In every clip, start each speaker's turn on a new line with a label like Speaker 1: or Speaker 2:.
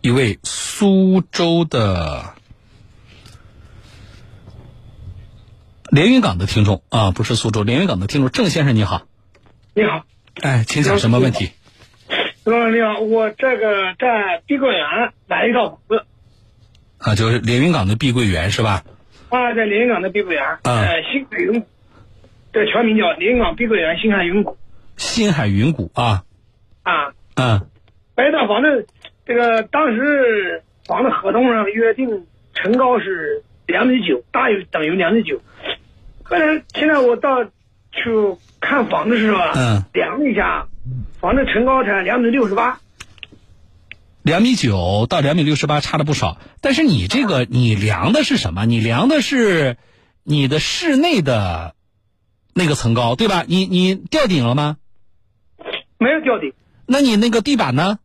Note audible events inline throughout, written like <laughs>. Speaker 1: 一位苏州的连云港的听众啊，不是苏州连云港的听众郑先生，你好，
Speaker 2: 你好，
Speaker 1: 哎，请讲什么问题？
Speaker 2: 罗老师你好，我这个在碧桂园买一套房子
Speaker 1: 啊，就是连云港的碧桂园是吧？
Speaker 2: 啊，在连云港的碧桂园，
Speaker 1: 嗯
Speaker 2: 呃，星海云谷，这全名叫连云港碧桂园星海云谷
Speaker 1: 新海云谷啊，
Speaker 2: 啊。
Speaker 1: 嗯
Speaker 2: 买一套房子，这个当时房子合同上约定层高是两米九，大于等于两米九。后来现在我到去看房子时候啊，
Speaker 1: 嗯
Speaker 2: 量了一下，房子层高才两米六十八。
Speaker 1: 两米九到两米六十八差了不少，但是你这个你量的是什么？你量的是你的室内的那个层高，对吧？你你吊顶了吗？
Speaker 2: 没有吊顶。
Speaker 1: 那你那个地板呢？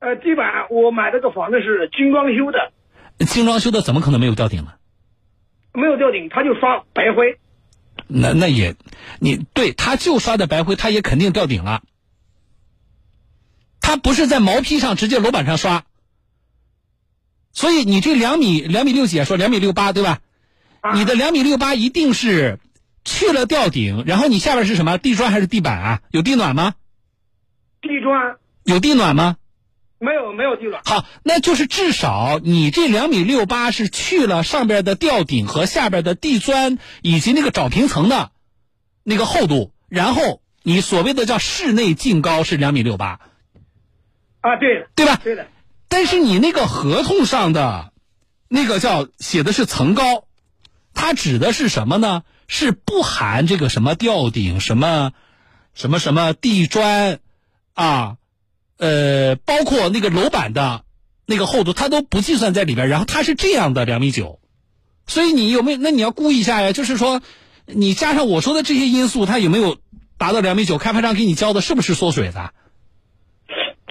Speaker 2: 呃，地板我买这个房子是精装修的，
Speaker 1: 精装修的怎么可能没有吊顶呢？
Speaker 2: 没有吊顶，它就刷白灰。
Speaker 1: 那那也，你对他就刷的白灰，他也肯定吊顶了。他不是在毛坯上直接楼板上刷，所以你这两米两米六几啊，说两米六八对吧？
Speaker 2: 啊、
Speaker 1: 你的两米六八一定是去了吊顶，然后你下边是什么？地砖还是地板啊？有地暖吗？
Speaker 2: 地砖
Speaker 1: 有地暖吗？
Speaker 2: 没有没有地暖，
Speaker 1: 好，那就是至少你这两米六八是去了上边的吊顶和下边的地砖以及那个找平层的那个厚度，然后你所谓的叫室内净高是两米六八，
Speaker 2: 啊，对的，
Speaker 1: 对吧？
Speaker 2: 对的，
Speaker 1: 但是你那个合同上的那个叫写的是层高，它指的是什么呢？是不含这个什么吊顶、什么什么什么地砖啊，呃，包括那个楼板的那个厚度，它都不计算在里边。然后它是这样的两米九，所以你有没有？那你要估一下呀，就是说你加上我说的这些因素，它有没有达到两米九？开发商给你交的是不是缩水的？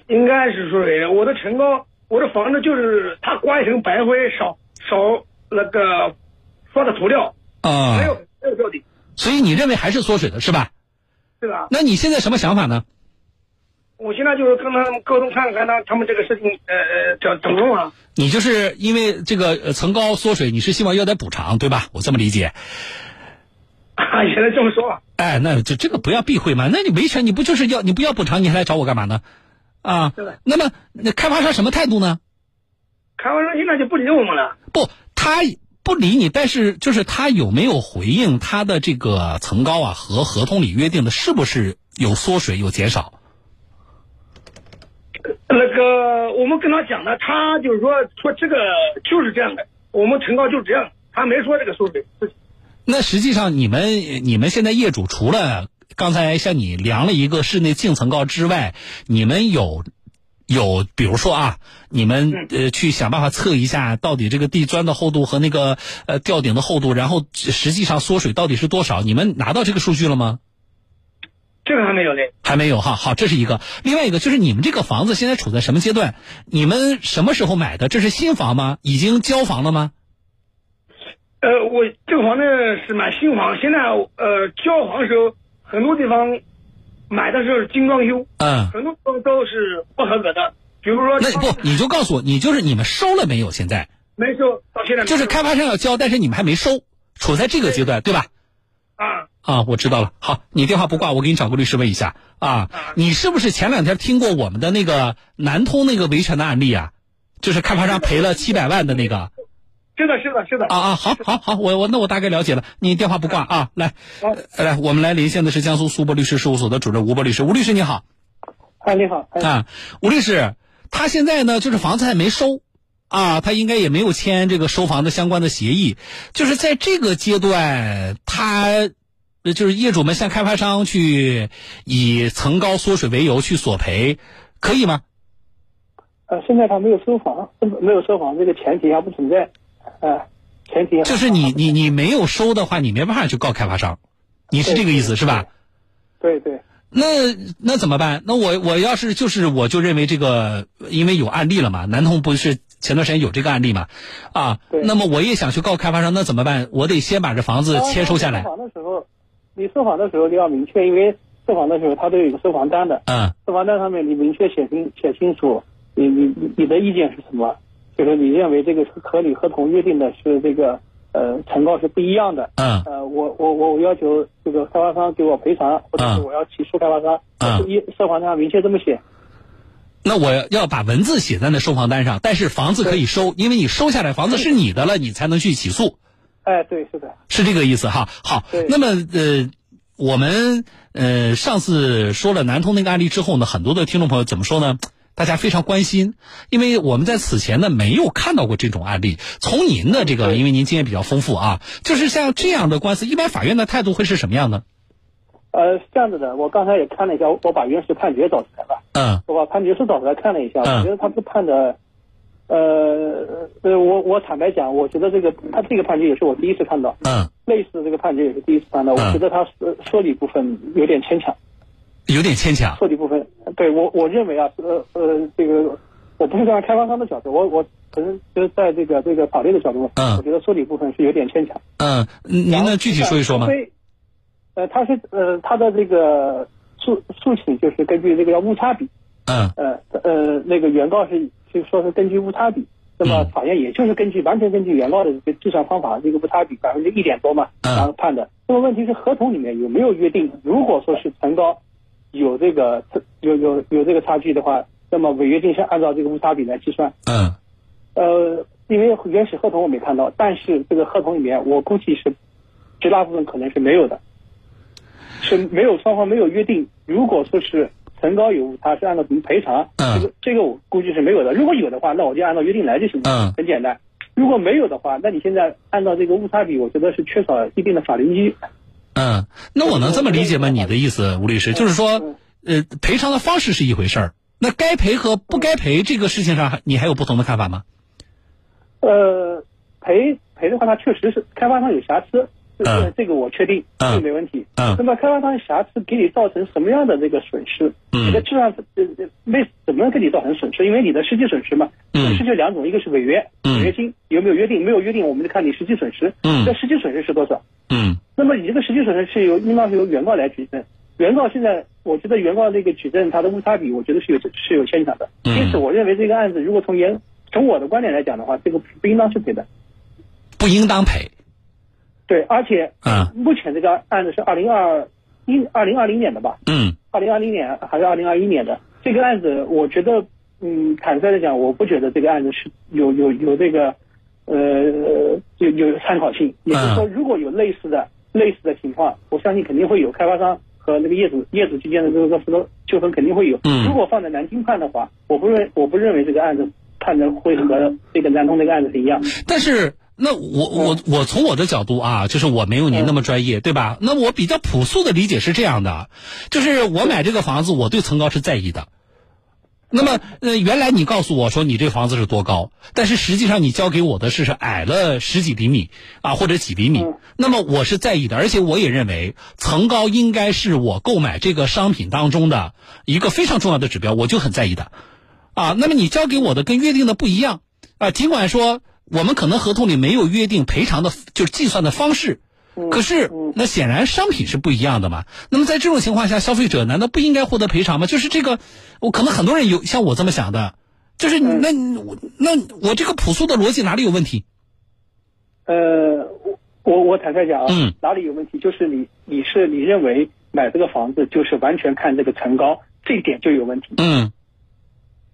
Speaker 2: 应该是说谁的？我的层高，我的房子就是它刮一层白灰，少少那个刷的涂料，
Speaker 1: 啊、
Speaker 2: 没有没有吊顶，
Speaker 1: 所以你认为还是缩水的是吧？
Speaker 2: 对吧？
Speaker 1: 那你现在什么想法呢？
Speaker 2: 我现在就是跟他们沟通看看他他们这个事情呃呃怎怎么弄啊？ <laughs>
Speaker 1: 你就是因为这个呃层高缩水，你是希望要点补偿，对吧？我这么理解。
Speaker 2: 啊，现在这么说啊，
Speaker 1: 哎，那就这个不要避讳嘛。那你维权，你不就是要你不要补偿，你还来找我干嘛呢？啊
Speaker 2: 对的，
Speaker 1: 那么那开发商什么态度呢？
Speaker 2: 开发商现在就不理我们了，
Speaker 1: 不，他不理你，但是就是他有没有回应他的这个层高啊和合同里约定的是不是有缩水有减少？
Speaker 2: 那个我们跟他讲的，他就是说说这个就是这样的，我们层高就是这样的，他没说这个缩水事情。
Speaker 1: 那实际上，你们你们现在业主除了刚才向你量了一个室内净层高之外，你们有有，比如说啊，你们呃去想办法测一下到底这个地砖的厚度和那个呃吊顶的厚度，然后实际上缩水到底是多少？你们拿到这个数据了吗？
Speaker 2: 这个还没有嘞。
Speaker 1: 还没有哈，好，这是一个。另外一个就是你们这个房子现在处在什么阶段？你们什么时候买的？这是新房吗？已经交房了吗？
Speaker 2: 呃，我这个房子是买新房，现在呃交房的时候，很多地方买的时候是精装修，
Speaker 1: 嗯，
Speaker 2: 很多地方都是不合格的。比如说，
Speaker 1: 那不你就告诉我，你就是你们收了没有？现在？
Speaker 2: 没收到现在没
Speaker 1: 就是
Speaker 2: 收
Speaker 1: 开发商要交，但是你们还没收，处在这个阶段，对吧？
Speaker 2: 啊，
Speaker 1: 啊，我知道了。好，你电话不挂，我给你找个律师问一下啊。你是不是前两天听过我们的那个南通那个维权的案例啊？就是开发商赔了七百万的那个
Speaker 2: 是的，是的，是的
Speaker 1: 啊啊，好好好，我我那我大概了解了。你电话不挂啊，来，
Speaker 2: 好
Speaker 1: 呃来，我们来连线的是江苏苏博律师事务所的主任吴博律师，吴律师你好。
Speaker 2: 哎，你好，哎
Speaker 1: 啊，吴律师，他现在呢就是房子还没收，啊，他应该也没有签这个收房的相关的协议，就是在这个阶段，他呃就是业主们向开发商去以层高缩水为由去索赔，可以吗？
Speaker 3: 呃，现在他没有收房，没有收房这个前提还不存在，呃，前提还
Speaker 1: 就是你你你没有收的话，你没办法去告开发商，你是这个意思是吧？
Speaker 3: 对对，
Speaker 1: 那那怎么办？那我我要是就是我就认为这个，因为有案例了嘛，南通不是前段时间有这个案例嘛，啊，
Speaker 3: 对
Speaker 1: 那么我也想去告开发商，那怎么办？我得先把这房
Speaker 2: 哦
Speaker 1: 子签收下来
Speaker 3: 收，房的时候，你收房的时候你要明确，因为收房的时候他都有一个收房单的，
Speaker 1: 嗯
Speaker 3: 收房单上面你明确写清写清楚
Speaker 2: 你你你你的意见是什么？就是你认为这个和你合同约定的是这个呃成告是不一样的，
Speaker 1: 嗯
Speaker 2: 呃，我我我我要求这个开发商给我赔偿，或者是
Speaker 1: 嗯
Speaker 2: 我要起诉开发商，
Speaker 1: 嗯
Speaker 2: 是不是一涉黄上明确这么写，
Speaker 1: 那我要把文字写在那收房单上，但是房子可以收，因为你收下来房子是你的了，你才能去起诉，
Speaker 2: 哎，对，是的，
Speaker 1: 是这个意思哈。好
Speaker 2: 对，
Speaker 1: 那么呃，我们呃上次说了南通那个案例之后呢，很多的听众朋友怎么说呢？大家非常关心，因为我们在此前呢没有看到过这种案例。从您的这个，因为您经验比较丰富啊，就是像这样的官司，一般法院的态度会是什么样呢？
Speaker 2: 呃，是这样子的，我刚才也看了一下，我我把原始判决找出来了。
Speaker 1: 嗯
Speaker 2: 我把判决书找出来看了一下，
Speaker 1: 嗯
Speaker 2: 我觉得他不判的，呃呃，我我坦白讲，我觉得这个他这个判决也是我第一次看到，
Speaker 1: 嗯，
Speaker 2: 类似的这个判决也是第一次看到，我
Speaker 1: 嗯
Speaker 2: 觉得他说呃说理部分有点牵强，
Speaker 1: 有点牵强。
Speaker 2: 说理部分，对我我认为啊，呃呃，这个我不是站在开发商的角度，我我可能就是在这个这个法律的角度，
Speaker 1: 嗯
Speaker 2: 我觉得说理部分是有点牵强。
Speaker 1: 嗯，您呢具体说一说吗
Speaker 2: 除？非呃，他是呃他的这个诉诉请就是根据这个叫误差比。
Speaker 1: 嗯
Speaker 2: 呃呃，那个原告是就说是根据误差比，那么
Speaker 1: 嗯
Speaker 2: 法院也就是根据完全根据原告的这个计算方法，这个误差比百分之一点多嘛，
Speaker 1: 嗯
Speaker 2: 然后判的。那么问题是合同里面有没有约定，如果说是成高有这个有有有这个差距的话，那么违约金是按照这个误差比来计算。
Speaker 1: 嗯
Speaker 2: 呃，因为原始合同我没看到，但是这个合同里面我估计是绝大部分可能是没有的，是没有双方没有约定。如果说是成高有误差，是按照什么赔偿？
Speaker 1: 嗯
Speaker 2: 这个这个我估计是没有的。如果有的话，那我就按照约定来就行了，
Speaker 1: 嗯
Speaker 2: 很简单。如果没有的话，那你现在按照这个误差比，我觉得是缺少一定的法律依据。
Speaker 1: 嗯，那我能这么理解吗？你的意思，吴律师，就是说，呃，赔偿的方式是一回事儿，那该赔和不该赔这个事情上还，你还有不同的看法吗？
Speaker 2: 呃，赔赔的话，它确实是开发商有瑕疵，这个、
Speaker 1: 嗯
Speaker 2: 这个我确定，
Speaker 1: 嗯
Speaker 2: 这个没问题。
Speaker 1: 嗯
Speaker 2: 那么开发商瑕疵给你造成什么样的这个损失？
Speaker 1: 嗯
Speaker 2: 你的质量呃呃没怎么给你造成损失？因为你的实际损失嘛，
Speaker 1: 嗯
Speaker 2: 损失就两种，一个是违约，
Speaker 1: 嗯
Speaker 2: 违约金有没有约定？没有约定，我们就看你实际损失。
Speaker 1: 嗯
Speaker 2: 这实际损失是多少？
Speaker 1: 嗯
Speaker 2: 那么你这个实际损失是由应当是由原告来举证。原告现在，我觉得原告这个举证他的误差比，我觉得是有是有牵强的。
Speaker 1: 嗯
Speaker 2: 因此，我认为这个案子如果从原从我的观点来讲的话，这个不应当是赔的。
Speaker 1: 不应当赔。
Speaker 2: 对，而且
Speaker 1: 嗯
Speaker 2: 目前这个案子是二零二一二零二零年的吧？
Speaker 1: 嗯
Speaker 2: 二零二零年还是二零二一年的这个案子，我觉得，嗯，坦率的讲，我不觉得这个案子是有有有这个，呃，有有参考性。也就是说，如果有类似的类似的情况，我相信肯定会有开发商和那个业主业主之间的这个这个纠纷肯定会有。
Speaker 1: 嗯
Speaker 2: 如果放在南京判的话，我不认我不认为这个案子判的会和这个南通这个案子是一样。
Speaker 1: 但是那我我我从我的角度啊，就是我没有您那么专业，对吧？那我比较朴素的理解是这样的，就是我买这个房子，我对层高是在意的。那么，呃，原来你告诉我说你这房子是多高，但是实际上你交给我的是是矮了十几厘米啊，或者几厘米
Speaker 2: 嗯。
Speaker 1: 那么我是在意的，而且我也认为层高应该是我购买这个商品当中的一个非常重要的指标，我就很在意的。啊，那么你交给我的跟约定的不一样啊，尽管说我们可能合同里没有约定赔偿的，就是计算的方式，
Speaker 2: 嗯
Speaker 1: 可是那显然商品是不一样的嘛。那么在这种情况下，消费者难道不应该获得赔偿吗？就是这个，我可能很多人有像我这么想的，就是
Speaker 2: 嗯
Speaker 1: 你那你我那我这个朴素的逻辑哪里有问题？
Speaker 2: 呃，我我我坦率讲啊，
Speaker 1: 嗯
Speaker 2: 哪里有问题？就是你你是你认为买这个房子就是完全看这个层高，这一点就有问题，
Speaker 1: 嗯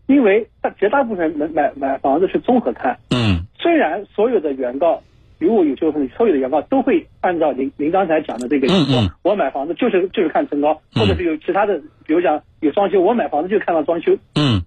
Speaker 2: 因为大绝大部分人买买买房子是综合看，
Speaker 1: 嗯
Speaker 2: 虽然所有的原告。如果有纠纷，所有的原告都会按照您您刚才讲的这个，
Speaker 1: 嗯嗯
Speaker 2: 我我买房子就是就是看层高，
Speaker 1: 嗯
Speaker 2: 或者是有其他的，比如讲有装修，我买房子就看到装修，
Speaker 1: 嗯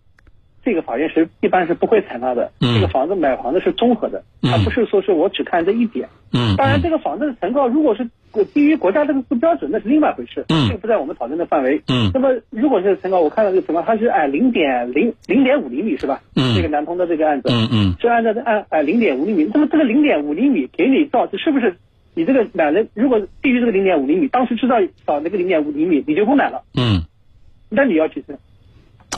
Speaker 2: 这个法院是一般是不会采纳的。
Speaker 1: 嗯
Speaker 2: 这个房子买房子是综合的，
Speaker 1: 嗯
Speaker 2: 它不是说是我只看这一点。
Speaker 1: 嗯
Speaker 2: 当然，这个房子的成告如果是呃低于国家这个标准，那是另外一回事，
Speaker 1: 嗯
Speaker 2: 这个不在我们讨论的范围。
Speaker 1: 嗯
Speaker 2: 那么如果是成告，我看到这个成告，它是按零点零零点五厘米是吧？
Speaker 1: 嗯
Speaker 2: 这个南通的这个案子，
Speaker 1: 嗯嗯
Speaker 2: 是按照这按按零点五厘米，那么这个零点五厘米给你造成是不是？你这个买了，如果低于这个零点五厘米，当时知道少那个零点五厘米，你就不买了，
Speaker 1: 嗯
Speaker 2: 那你要举证。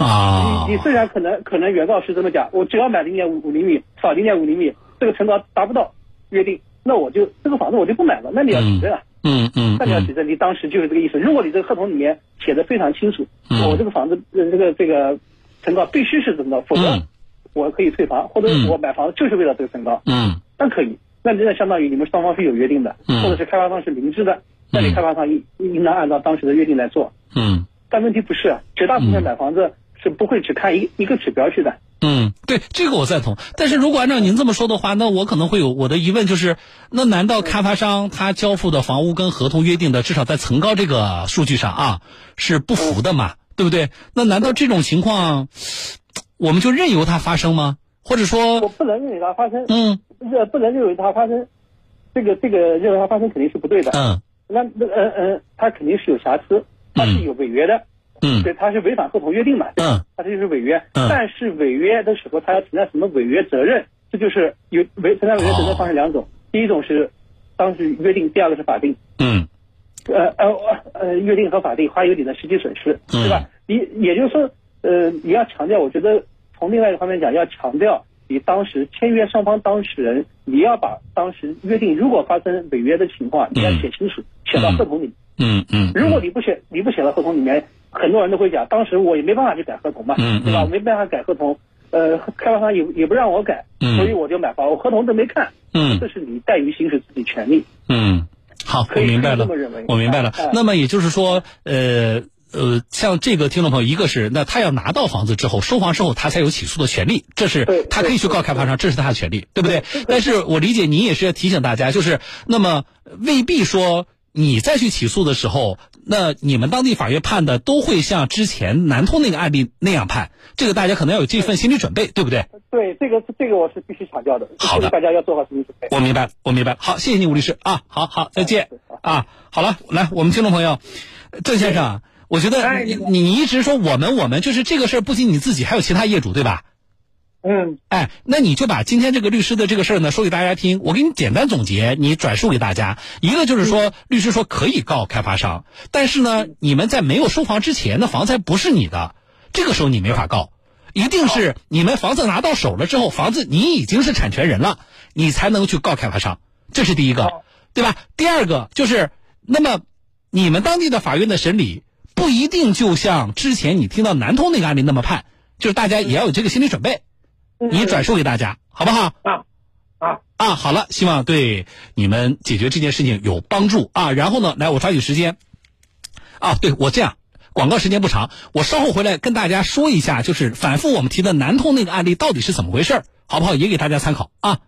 Speaker 1: 啊
Speaker 2: 你你虽然可能可能原告是这么讲，我只要买零点五五厘米，少零点五厘米，这个承诺达不到约定，那我就这个房子我就不买了。那你要举证啊，
Speaker 1: 嗯嗯
Speaker 2: 那你要举证，你当时就是这个意思。如果你这个合同里面写的非常清楚，
Speaker 1: 嗯
Speaker 2: 我这个房子呃这个这个层高必须是增高，否则
Speaker 1: 嗯
Speaker 2: 我可以退房，或者
Speaker 1: 嗯
Speaker 2: 我买房就是为了这个层高，
Speaker 1: 嗯
Speaker 2: 那可以。那那相当于你们双方是有约定的，
Speaker 1: 嗯
Speaker 2: 或者是开发商是明知的，那你开发商应应当按照当时的约定来做。
Speaker 1: 嗯
Speaker 2: 但问题不是啊，绝大部分买房子是不会只看一一个指标去的。
Speaker 1: 嗯，对，这个我赞同。但是如果按照您这么说的话，那我可能会有我的疑问，就是那难道开发商他交付的房屋跟合同约定的，至少在层高这个数据上啊是不符的嘛？对不对？那难道这种情况我们就任由它发生吗？或者
Speaker 2: 我
Speaker 1: 说，
Speaker 2: 不能认为它发生，
Speaker 1: 嗯
Speaker 2: 呃，不能认为它发生，这个这个认为它发生肯定是不对的。
Speaker 1: 嗯
Speaker 2: 那那呃呃，它肯定是有瑕疵，它是有违约的，
Speaker 1: 嗯
Speaker 2: 对，它是违反合同约定嘛，
Speaker 1: 嗯
Speaker 2: 它这就是违约。
Speaker 1: 嗯
Speaker 2: 但是违约的时候，它要承担什么违约责任？这就是有违承担违约责任
Speaker 1: 哦
Speaker 2: 方式两种，第一种是当时约定，第二个是法定。
Speaker 1: 嗯
Speaker 2: 呃呃呃，约定和法定还有你的实际损失，
Speaker 1: 嗯
Speaker 2: 对吧？你也就是说，呃，你要强调，我觉得从另外一个方面讲，要强调你当时签约双方当事人，你要把当时约定如果发生违约的情况，你要写清楚，写到合同里。
Speaker 1: 嗯嗯，
Speaker 2: 如果你不写，你不写到合同里面，很多人都会讲，当时我也没办法去改合同嘛，
Speaker 1: 嗯嗯
Speaker 2: 对吧？我没办法改合同，呃，开发商也也不让我改，
Speaker 1: 嗯
Speaker 2: 所以我就买房，我合同都没看，
Speaker 1: 嗯
Speaker 2: 这是你怠于行使自己权利。
Speaker 1: 嗯，好，我
Speaker 2: 可以
Speaker 1: 明白
Speaker 2: 这
Speaker 1: 了
Speaker 2: 么认为，
Speaker 1: 我明白了
Speaker 2: 哎哎。
Speaker 1: 那么也就是说，呃呃，像这个听众朋友，一个是那他要拿到房子之后，收房之后，他才有起诉的权利，这
Speaker 2: 对
Speaker 1: 是他可以去告开发商，这是他的权利，对不对
Speaker 2: 对对？
Speaker 1: 但是我理解您也是要提醒大家，就是那么未必说你再去起诉的时候，那你们当地法院判的都会像之前南通那个案例那样判，这个大家可能要有这份心理准备，对不对？
Speaker 2: 对，这个这个我是必须强调的，
Speaker 1: 好的
Speaker 2: 所以大家要做好心理准备。
Speaker 1: 我明白，我明白。好，谢谢你，吴律师啊。好好，再见啊。好了，来，我们听众朋友，呃郑先生啊，我觉得
Speaker 4: 哎
Speaker 1: 你你你一直说我们我们，就是这个事儿，不仅你自己，还有其他业主，对吧？
Speaker 4: 嗯，
Speaker 1: 哎，那你就把今天这个律师的这个事儿呢说给大家听，我给你简单总结，你转述给大家。一个就是说，律师说可以告开发商，但是呢，你们在没有收房之前，那房子还不是你的，这个时候你没法告，一定是你们房子拿到手了之后，房子你已经是产权人了，你才能去告开发商，这是第一个
Speaker 4: 哦，
Speaker 1: 对吧？第二个就是，那么你们当地的法院的审理不一定就像之前你听到南通那个案例那么判，就是大家也要有这个心理准备。
Speaker 2: 嗯
Speaker 1: 你转述给大家，好不好？
Speaker 4: 啊啊，
Speaker 1: 啊，好了，希望对你们解决这件事情有帮助啊。然后呢，来，我抓紧时间啊，对我这样。广告时间不长，我稍后回来跟大家说一下，就是反复我们提的南通那个案例到底是怎么回事儿好不好？也给大家参考啊。